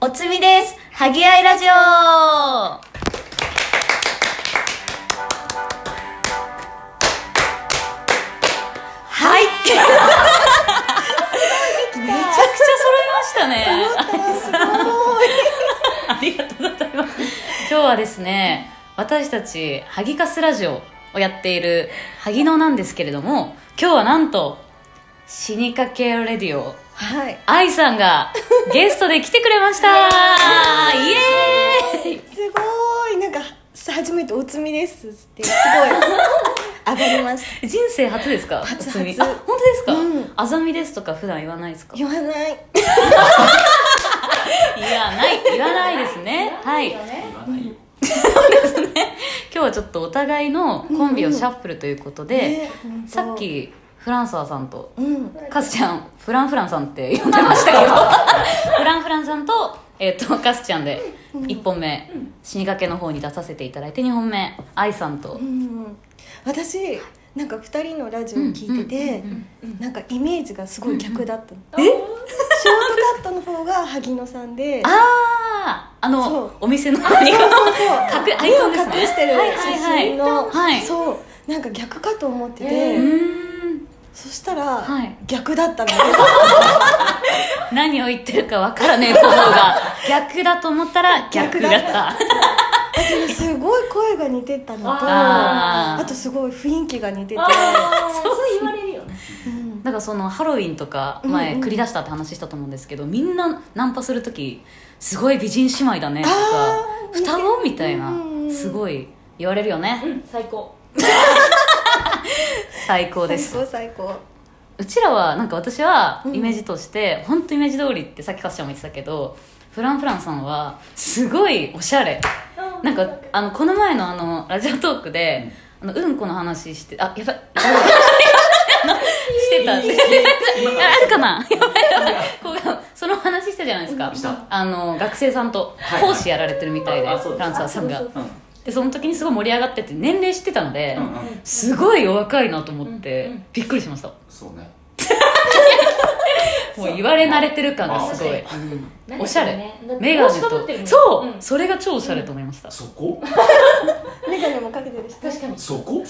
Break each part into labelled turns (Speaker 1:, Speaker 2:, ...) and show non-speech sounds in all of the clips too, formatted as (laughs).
Speaker 1: おつみです。はぎあいラジオはい。めちゃくちゃ揃いましたね。
Speaker 2: すごい
Speaker 1: ありがとうございます。 (laughs) 今日はですね、私たち、ハギカスラジオをやっている、ハギノなんですけれども、今日はなんと、死にかけレディオ、
Speaker 2: はい
Speaker 1: 愛さんがゲストで来てくれました (laughs) イエーイ
Speaker 2: すごいなんか初めておつみですってすごい上がります
Speaker 1: (laughs) 人生初ですか
Speaker 2: 初
Speaker 1: おつみ
Speaker 2: 初
Speaker 1: あ本当ですか、
Speaker 2: うん
Speaker 1: あざみですとか普段言わないですか
Speaker 2: 言わない
Speaker 1: いやない言わないですねはい (laughs) 今日はちょっとお互いのコンビをシャッフルということで、
Speaker 2: ね本当
Speaker 1: さっきフランサーさんと
Speaker 2: うん
Speaker 1: カスちゃんフランフランさんって呼んでましたけどフランフランさんと,、えっとカスちゃんで1本目死にかけの方に出させていただいて2本目愛さんと
Speaker 2: うん私なんか二人のラジオを聞いててなんかイメージがすごい逆だったの
Speaker 1: え
Speaker 2: ショートカットの方が萩野さんで
Speaker 1: あああ
Speaker 2: そ
Speaker 1: の
Speaker 2: う
Speaker 1: お店の何か
Speaker 2: そう
Speaker 1: 隠アイ
Speaker 2: 目
Speaker 1: コ
Speaker 2: を
Speaker 1: ン
Speaker 2: 隠
Speaker 1: ですね
Speaker 2: してる
Speaker 1: はいはい
Speaker 2: 写
Speaker 1: はい
Speaker 2: 真の
Speaker 1: はい
Speaker 2: そうなんか逆かと思っ
Speaker 1: (laughs)
Speaker 2: て
Speaker 1: う
Speaker 2: て
Speaker 1: ーん
Speaker 2: そしたら
Speaker 1: はい
Speaker 2: 逆だったので
Speaker 1: 何を言ってるかわからねえと思う
Speaker 2: (laughs)
Speaker 1: が逆だと思ったら逆だった
Speaker 2: 逆私ねすごい声が似てたのと
Speaker 1: あ
Speaker 2: あ
Speaker 1: ー
Speaker 2: とすごい雰囲気が似て
Speaker 1: (laughs)
Speaker 2: て、
Speaker 3: そう言われるよね。
Speaker 2: うん
Speaker 1: なんかそのハロウィンとか前
Speaker 2: うんうん
Speaker 1: 繰り出したって話したと思うんですけど、みんなナンパする時すごい美人姉妹だねとか
Speaker 2: あー
Speaker 1: 双子みたいな
Speaker 2: うんうん
Speaker 1: すごい言われるよね、
Speaker 3: うん、最高。
Speaker 1: 最高です
Speaker 2: 最高最高
Speaker 1: うちらはなんか私は
Speaker 2: うん
Speaker 1: イメージとして、本当イメージ通りってさっきカスちゃんも言ってたけどフランフランさんはすごいおしゃれなんかあのこの前のあのラジオトークで、あのうんこの話してあやばい
Speaker 3: (laughs)
Speaker 1: してたんで (laughs) ああるかなやばいやばいこうその話したじゃないですか
Speaker 3: した
Speaker 1: あの学生さんと
Speaker 3: はい
Speaker 1: 講師やられてるみたいで、
Speaker 3: ああそう
Speaker 1: フ
Speaker 3: です
Speaker 1: ランサーさんが
Speaker 3: あそうそうそう
Speaker 1: でその時にすごい盛り上がってて年齢知ってたので、
Speaker 3: うんうん
Speaker 1: すごいお若いなと思って、
Speaker 3: うんうん
Speaker 1: びっくりしました
Speaker 3: そうね。
Speaker 1: もう言われ慣れてる感がすごい、
Speaker 3: ま
Speaker 1: うん
Speaker 3: うん
Speaker 1: おしゃれ
Speaker 3: だって
Speaker 1: メガネ
Speaker 3: 帽子かぶってるも
Speaker 1: と
Speaker 3: ん
Speaker 1: そう、
Speaker 3: うん
Speaker 1: それが超おしゃれと思いました、
Speaker 4: そこ
Speaker 2: 眼鏡もかけてるし
Speaker 3: 確かに。
Speaker 4: そこ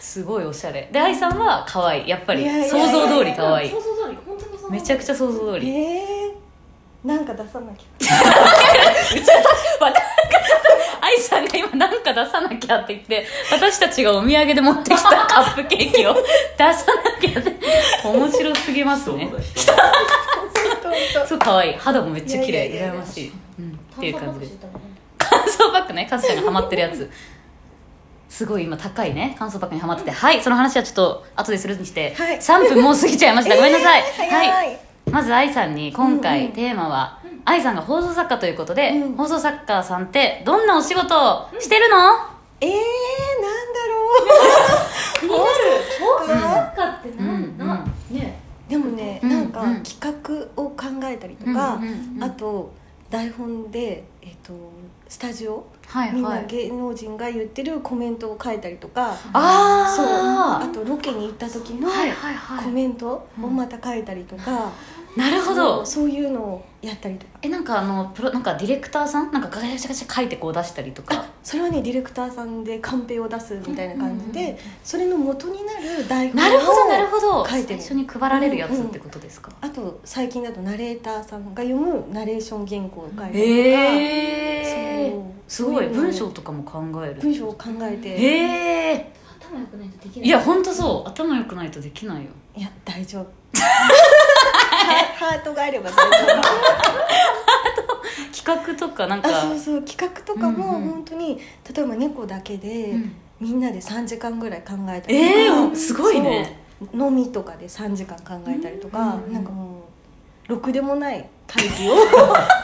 Speaker 1: すごいおしゃれで愛さんは可愛いやっぱり
Speaker 2: いやいやい
Speaker 1: 想
Speaker 2: や
Speaker 1: 像通り可愛い
Speaker 3: 想像通り、本当に想像通り。
Speaker 1: めちゃくちゃ想像通り
Speaker 2: ええなんか出さなきゃ
Speaker 1: わなんか愛さんが今なんか出さなきゃって言って私たちがお土産で持ってきた (laughs) カップケーキを出さなきゃって面白すぎますね
Speaker 2: (laughs)
Speaker 4: 人
Speaker 2: 本当
Speaker 1: そう可愛い肌もめっちゃ綺麗
Speaker 2: いやいやいや
Speaker 1: 羨ましい、うん、っていう
Speaker 3: 炭酸
Speaker 1: 感じ
Speaker 3: パク
Speaker 1: で
Speaker 3: チ
Speaker 1: す
Speaker 3: ーだもんね
Speaker 1: 乾燥バッグねカスちゃんがハマってるやつすごい今高いね乾燥バッグにハマっててはいその話はちょっと後でするにして、
Speaker 2: はい
Speaker 1: 3分もう過ぎちゃいましたごめんなさい、
Speaker 2: えー (laughs) 早い
Speaker 1: まず愛さんに今
Speaker 2: うん
Speaker 1: 回
Speaker 2: うん
Speaker 1: テーマは、愛さんが放送作家ということで、
Speaker 2: うん
Speaker 1: 放送作家さんってどんなお仕事をしてるの、
Speaker 2: ええなんだろ
Speaker 1: (laughs)
Speaker 3: 気になる。
Speaker 2: う
Speaker 3: 放送作家ってなん
Speaker 1: うん
Speaker 3: な。ね。
Speaker 2: うでもね、
Speaker 1: うん
Speaker 2: なんか
Speaker 1: うん
Speaker 2: 企画を考えたりとか、
Speaker 1: うんうんうん
Speaker 2: あと台本でえっ、とスタジオ、
Speaker 1: はい
Speaker 2: みん
Speaker 1: は
Speaker 2: ない芸能人が言ってるコメントを書いたりとか
Speaker 1: あ
Speaker 2: そうあとロケに行った時の
Speaker 1: はいはいはい
Speaker 2: コメントをまた書いたりとか、
Speaker 1: なるほど
Speaker 2: そうそういうのをやったりとか
Speaker 1: えなんかあのプロなんかディレクターさんなんかガシャガシャガシャ書いてこう出したりと
Speaker 2: (laughs)
Speaker 1: か
Speaker 2: それはねディレクターさんでカンペを出すみたいな感じで、
Speaker 1: うんうん
Speaker 2: それの元になる台本を
Speaker 1: なるほどなるほど
Speaker 2: 書
Speaker 1: 最
Speaker 2: いてる
Speaker 1: 初に配られるやつってことですか、
Speaker 2: あと最近だとナレーターさんが読むナレーション原稿を書いたりとか、
Speaker 1: へえ
Speaker 2: そう
Speaker 1: すごい
Speaker 2: そううのを
Speaker 1: 文章とかも考える
Speaker 2: 文章を考えて
Speaker 1: へえ
Speaker 3: 頭良くないとできない。
Speaker 1: いや本当そう頭良くないとできないよ
Speaker 2: いや
Speaker 1: (laughs)
Speaker 2: 大丈夫ハハートがあれば大丈夫
Speaker 1: 企画とかなんか
Speaker 2: あそうそう企画とかも
Speaker 1: うんうん
Speaker 2: 本当に、例えば猫だけで、
Speaker 1: うん
Speaker 2: みんなで3時間ぐらい考えたり
Speaker 1: ええ
Speaker 2: とか
Speaker 1: すごいね
Speaker 2: そう飲みとかで3時間考えたりとか、
Speaker 1: うんうん
Speaker 2: なんかもうろくでもない会
Speaker 1: (laughs)
Speaker 2: 議を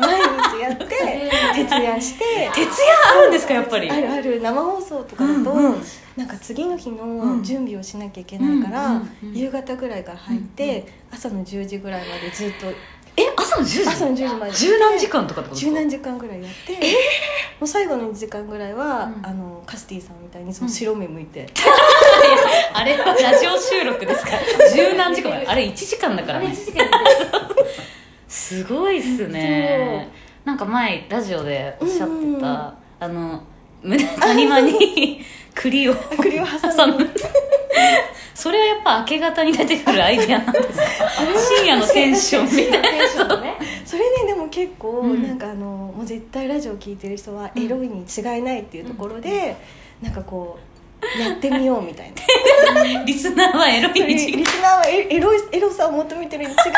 Speaker 2: 毎日やって徹夜して
Speaker 1: 徹夜あるんですかやっぱり
Speaker 2: あるある生放送とかだと、
Speaker 1: うんうん
Speaker 2: なんか次の日
Speaker 1: う
Speaker 2: の
Speaker 1: ん
Speaker 2: 準備をしなきゃいけないから、
Speaker 1: うんうんうん
Speaker 2: 夕方ぐらいから入って、朝の10時ぐらいまでずっと
Speaker 1: え朝の10時
Speaker 2: 朝の10時まで
Speaker 1: 十何時間とかってことです
Speaker 2: 十
Speaker 1: か
Speaker 2: 何時間ぐらいやって、もう最後の1時間ぐらいは、
Speaker 1: うん
Speaker 2: あのカスティさんみたいにその白目向いて、
Speaker 1: (laughs)
Speaker 2: (laughs)
Speaker 1: あれはラジオ収録ですから十何時間あれ1時間だか
Speaker 3: あ
Speaker 1: ら
Speaker 3: れ
Speaker 1: ね
Speaker 3: 一時間です
Speaker 1: すごいっすねなんか前ラジオでおっしゃってた、
Speaker 2: うんうん
Speaker 1: あの胸の谷間
Speaker 2: (laughs)
Speaker 1: に栗を
Speaker 2: 栗を挟む
Speaker 1: むそれはやっぱ明け方に出てくるアイデアなんですか深夜のテンションみたいな
Speaker 3: テンションね
Speaker 2: それねでも結構、
Speaker 1: うん
Speaker 2: なんかあのもう絶対ラジオ聞いてる人はエロいに違いないっていうところで、なんかこうやってみよう
Speaker 1: (laughs)
Speaker 2: みたいな
Speaker 1: リスナーはエロい
Speaker 2: そういう
Speaker 1: に違い
Speaker 2: リスナーはエエロいエロさを求めてるに違
Speaker 1: (laughs)
Speaker 2: いない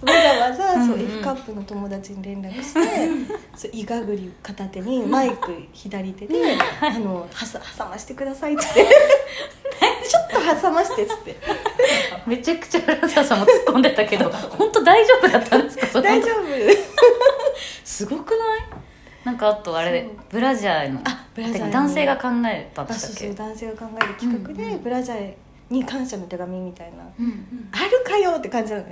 Speaker 2: そうわざわざ、そう
Speaker 1: うんうん
Speaker 2: F カップの友達に連絡してそうイガグリ片手にマイク左手で「あのはさ挟ましてください」っつって (laughs) ちょっと挟ましてっつって
Speaker 1: めちゃくちゃラザさんも突っ込んでたけど本当大丈夫だったんですかそれ
Speaker 2: 大丈夫
Speaker 1: すごくないなんかあとあれで
Speaker 2: そう
Speaker 1: ブラジャーの
Speaker 2: あブラジャーの
Speaker 1: 男性が考えたんで
Speaker 2: あ
Speaker 1: した
Speaker 2: そ
Speaker 1: っ
Speaker 2: う
Speaker 1: け
Speaker 2: そう男性が考える企画で、
Speaker 1: うんうん
Speaker 2: ブラジャーに感謝の手紙みたいな
Speaker 1: うん
Speaker 2: あるかよって
Speaker 1: (laughs)
Speaker 2: 感じなのよ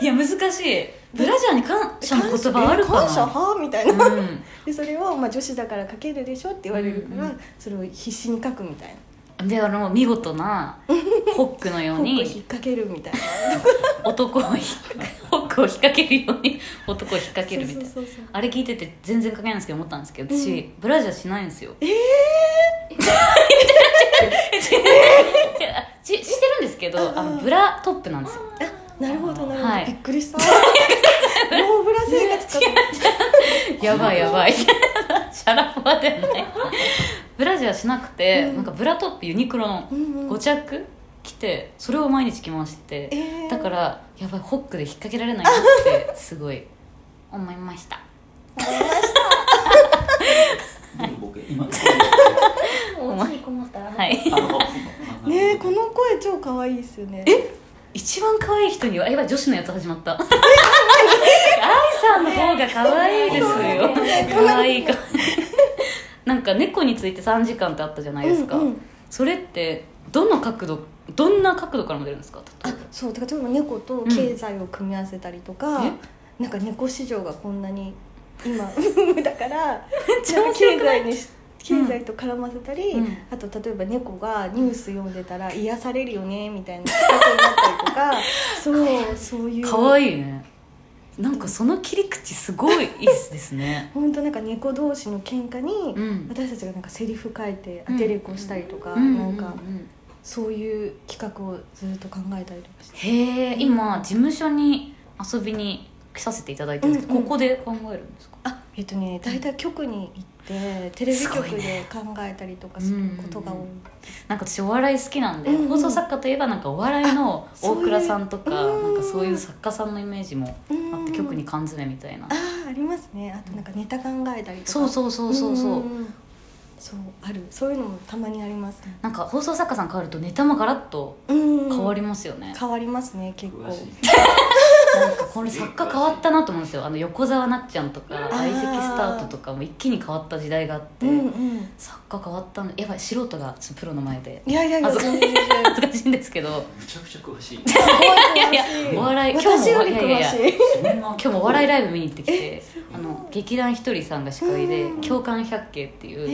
Speaker 1: いや難しいブラジャーに感謝の言葉あるかな
Speaker 2: 感謝はみたいな、
Speaker 1: うん
Speaker 2: でそれを、まあ、女子だから書けるでしょって言われるから、
Speaker 1: うんう
Speaker 2: それを必死に書くみたいな
Speaker 1: であの見事なホックのよう
Speaker 2: 本を引っ (laughs)
Speaker 1: に
Speaker 2: 掛けるみたいな
Speaker 1: 男を引っホックを引っ掛けるように男を引っ掛けるみたいな
Speaker 2: そうそうそうそう
Speaker 1: あれ聞いてて全然書けないんですけど思ったんですけど私、
Speaker 2: う
Speaker 1: ブラジャーしないん
Speaker 2: (laughs)
Speaker 1: ですよ (laughs)
Speaker 2: え
Speaker 1: ししてるんですけどあのブラトップなんですよ
Speaker 2: えー、なるほどなるほど、
Speaker 1: はい
Speaker 2: びっく
Speaker 1: (laughs)
Speaker 2: りしたノーブラ生活かと思った
Speaker 1: やばいやばい (laughs) シャラファではないブラジャーしなくて、
Speaker 2: うん
Speaker 1: なんかブラトップユニクロの
Speaker 2: うんうん
Speaker 1: 5着着てそれを毎日着回してて、
Speaker 2: えー
Speaker 1: だからやばいホックで引っ掛けられないなってすごい思いました
Speaker 4: 僕今
Speaker 3: お家にこもったら
Speaker 1: は
Speaker 3: ね
Speaker 1: い
Speaker 4: あの
Speaker 2: ねえこの声超可愛いですよね
Speaker 1: 一番可愛い人にはやばい女子のやつ始まった愛さんの方が可愛いですよ可愛いかなんか猫について3時間ってあったじゃないですか、
Speaker 2: うんうん
Speaker 1: それってどの角度どんな角度からも出るんですか例え
Speaker 2: あそうだから例えば猫と経済を組み合わせたりとか、
Speaker 1: うん
Speaker 2: なんか猫市場がこんなに
Speaker 1: (laughs)
Speaker 2: 今だから
Speaker 1: ちゃ面白
Speaker 2: 経
Speaker 1: くな
Speaker 2: 済にし経済と絡ませたり、
Speaker 1: うん
Speaker 2: あと例えば猫がニュース読んでたら癒されるよねみたいな企画になったりと
Speaker 1: (laughs)
Speaker 2: かそうそういう
Speaker 1: ば可
Speaker 2: い
Speaker 1: 愛いねなんかその切り口すごいいいっすです
Speaker 2: (laughs)
Speaker 1: ね
Speaker 2: 本当なんか猫同士の喧嘩に、
Speaker 1: うん
Speaker 2: 私たちがなんかセリフ書いて当てれっこしたりとか、なん
Speaker 1: う
Speaker 2: か
Speaker 1: んうんうん
Speaker 2: そういう企画をずっと考えたりとかして。
Speaker 1: へえ今事務所に遊びに来させていただいてるんですけど、
Speaker 2: うんうん
Speaker 1: ここで考えるんですか
Speaker 2: あえっとね大体局に行ってテレビ
Speaker 1: すご
Speaker 2: 局
Speaker 1: いね
Speaker 2: で考えたりとかすることが多い、
Speaker 1: うんうんなんか私お笑い好きなんで、
Speaker 2: うんうん
Speaker 1: 放送作家といえばなんかお笑いの
Speaker 2: あそう
Speaker 1: 大
Speaker 2: いう
Speaker 1: 倉さんとか
Speaker 2: うん
Speaker 1: なんかそういう作家さんのイメージもあ
Speaker 2: う
Speaker 1: っ
Speaker 2: んう
Speaker 1: て
Speaker 2: ん
Speaker 1: 局に缶詰みたいな
Speaker 2: ああありますねあとなんかネタ考えたりとか
Speaker 1: そうそうそうそうそうん
Speaker 2: んんそうあるそういうのもたまにありますね
Speaker 1: なんか放送作家さん変わるとネタもガラッと
Speaker 2: うん
Speaker 1: 変わりますよね、
Speaker 2: 変わりますね結構
Speaker 4: 詳しい
Speaker 1: なんかこれ作家変わったなと思うんですよあの横澤なっちゃんとか
Speaker 2: ー
Speaker 1: 相席スタートとかも一気に変わった時代があって、
Speaker 2: うんうん
Speaker 1: 作家変わったのやばい素人がちょっとプロの前で
Speaker 2: いやいやいや
Speaker 1: 恥ずか
Speaker 2: 全
Speaker 1: しい
Speaker 2: 然全然
Speaker 1: 恥ずかしいんですけど
Speaker 4: めちゃくちゃ詳しい
Speaker 1: いやいやお笑い (laughs) 今日も
Speaker 2: 私より
Speaker 1: いやい
Speaker 2: 詳
Speaker 1: や
Speaker 2: し
Speaker 1: い
Speaker 2: い
Speaker 4: そんな今
Speaker 1: 今日もお笑いライブ見に行ってきてあの劇団ひとりさんが司会で
Speaker 2: うん
Speaker 1: 「共感百景」っていう
Speaker 2: へ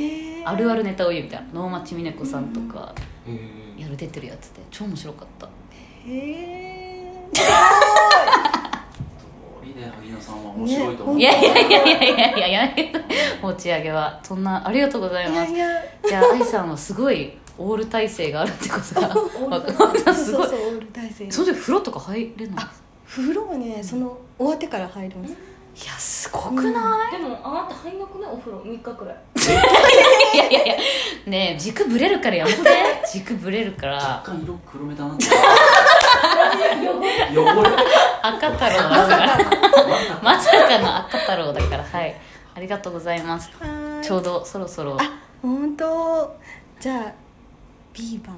Speaker 2: ー
Speaker 1: あるあるネタを言うみたいな能町みね子さんとか
Speaker 4: え
Speaker 1: やる出てるやつで超面白かった
Speaker 2: へー
Speaker 4: 通りだよ萩野さんは面白いと思う
Speaker 1: いやいやいやいやいやいやいや持ち上げはそんなありがとうござい
Speaker 2: い
Speaker 1: ま
Speaker 2: や
Speaker 1: す
Speaker 2: いや
Speaker 1: (laughs) じゃあ愛さんはすごいオール体制があるってこと (laughs) がわかるす
Speaker 2: そ
Speaker 1: ご
Speaker 2: う
Speaker 1: い
Speaker 2: そうオール大生
Speaker 1: それで風呂とか入れない
Speaker 2: 風呂はねその終わってから入ります
Speaker 1: いやすごくな
Speaker 3: でもあなた入んなくないお風呂3日く
Speaker 1: (laughs)
Speaker 3: らい
Speaker 1: いいやいやいやねえ軸ぶれるからやめ (laughs) て軸ぶれるから
Speaker 4: 若干色黒めだなって
Speaker 3: 汚れ
Speaker 4: 汚れ
Speaker 1: (laughs) 赤太郎だからまさかの赤太郎だからはいありがとうございます
Speaker 2: はーい
Speaker 1: ちょうどそろそろ
Speaker 2: 本当じゃあビーバ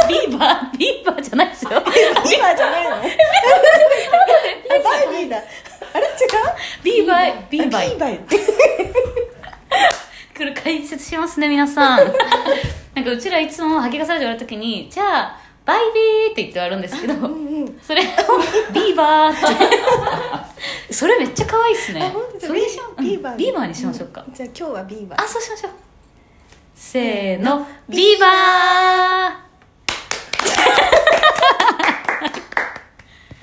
Speaker 2: ー
Speaker 1: (laughs) ビーバービーバーじゃないです (laughs) よ
Speaker 2: ビーバーじゃないの (laughs) あバービーだあれ違う
Speaker 1: ビーバービーバ
Speaker 2: ビー
Speaker 1: ー
Speaker 2: バーって
Speaker 1: 来る解説しますね皆 (laughs) さんなんかうちらいつも吐き出されて言われた時にじゃあバイビーって言って終わるんですけど
Speaker 2: うんうん
Speaker 1: それをビーバーってそれめっちゃ可愛いっす
Speaker 2: あ
Speaker 1: ね
Speaker 2: 本当
Speaker 1: そ
Speaker 2: だ
Speaker 1: れにしよううん
Speaker 2: ビーバー
Speaker 1: ビーバーにしましょうか
Speaker 2: んじゃあ今日はビーバー
Speaker 1: あそうしましょうせーのビーバー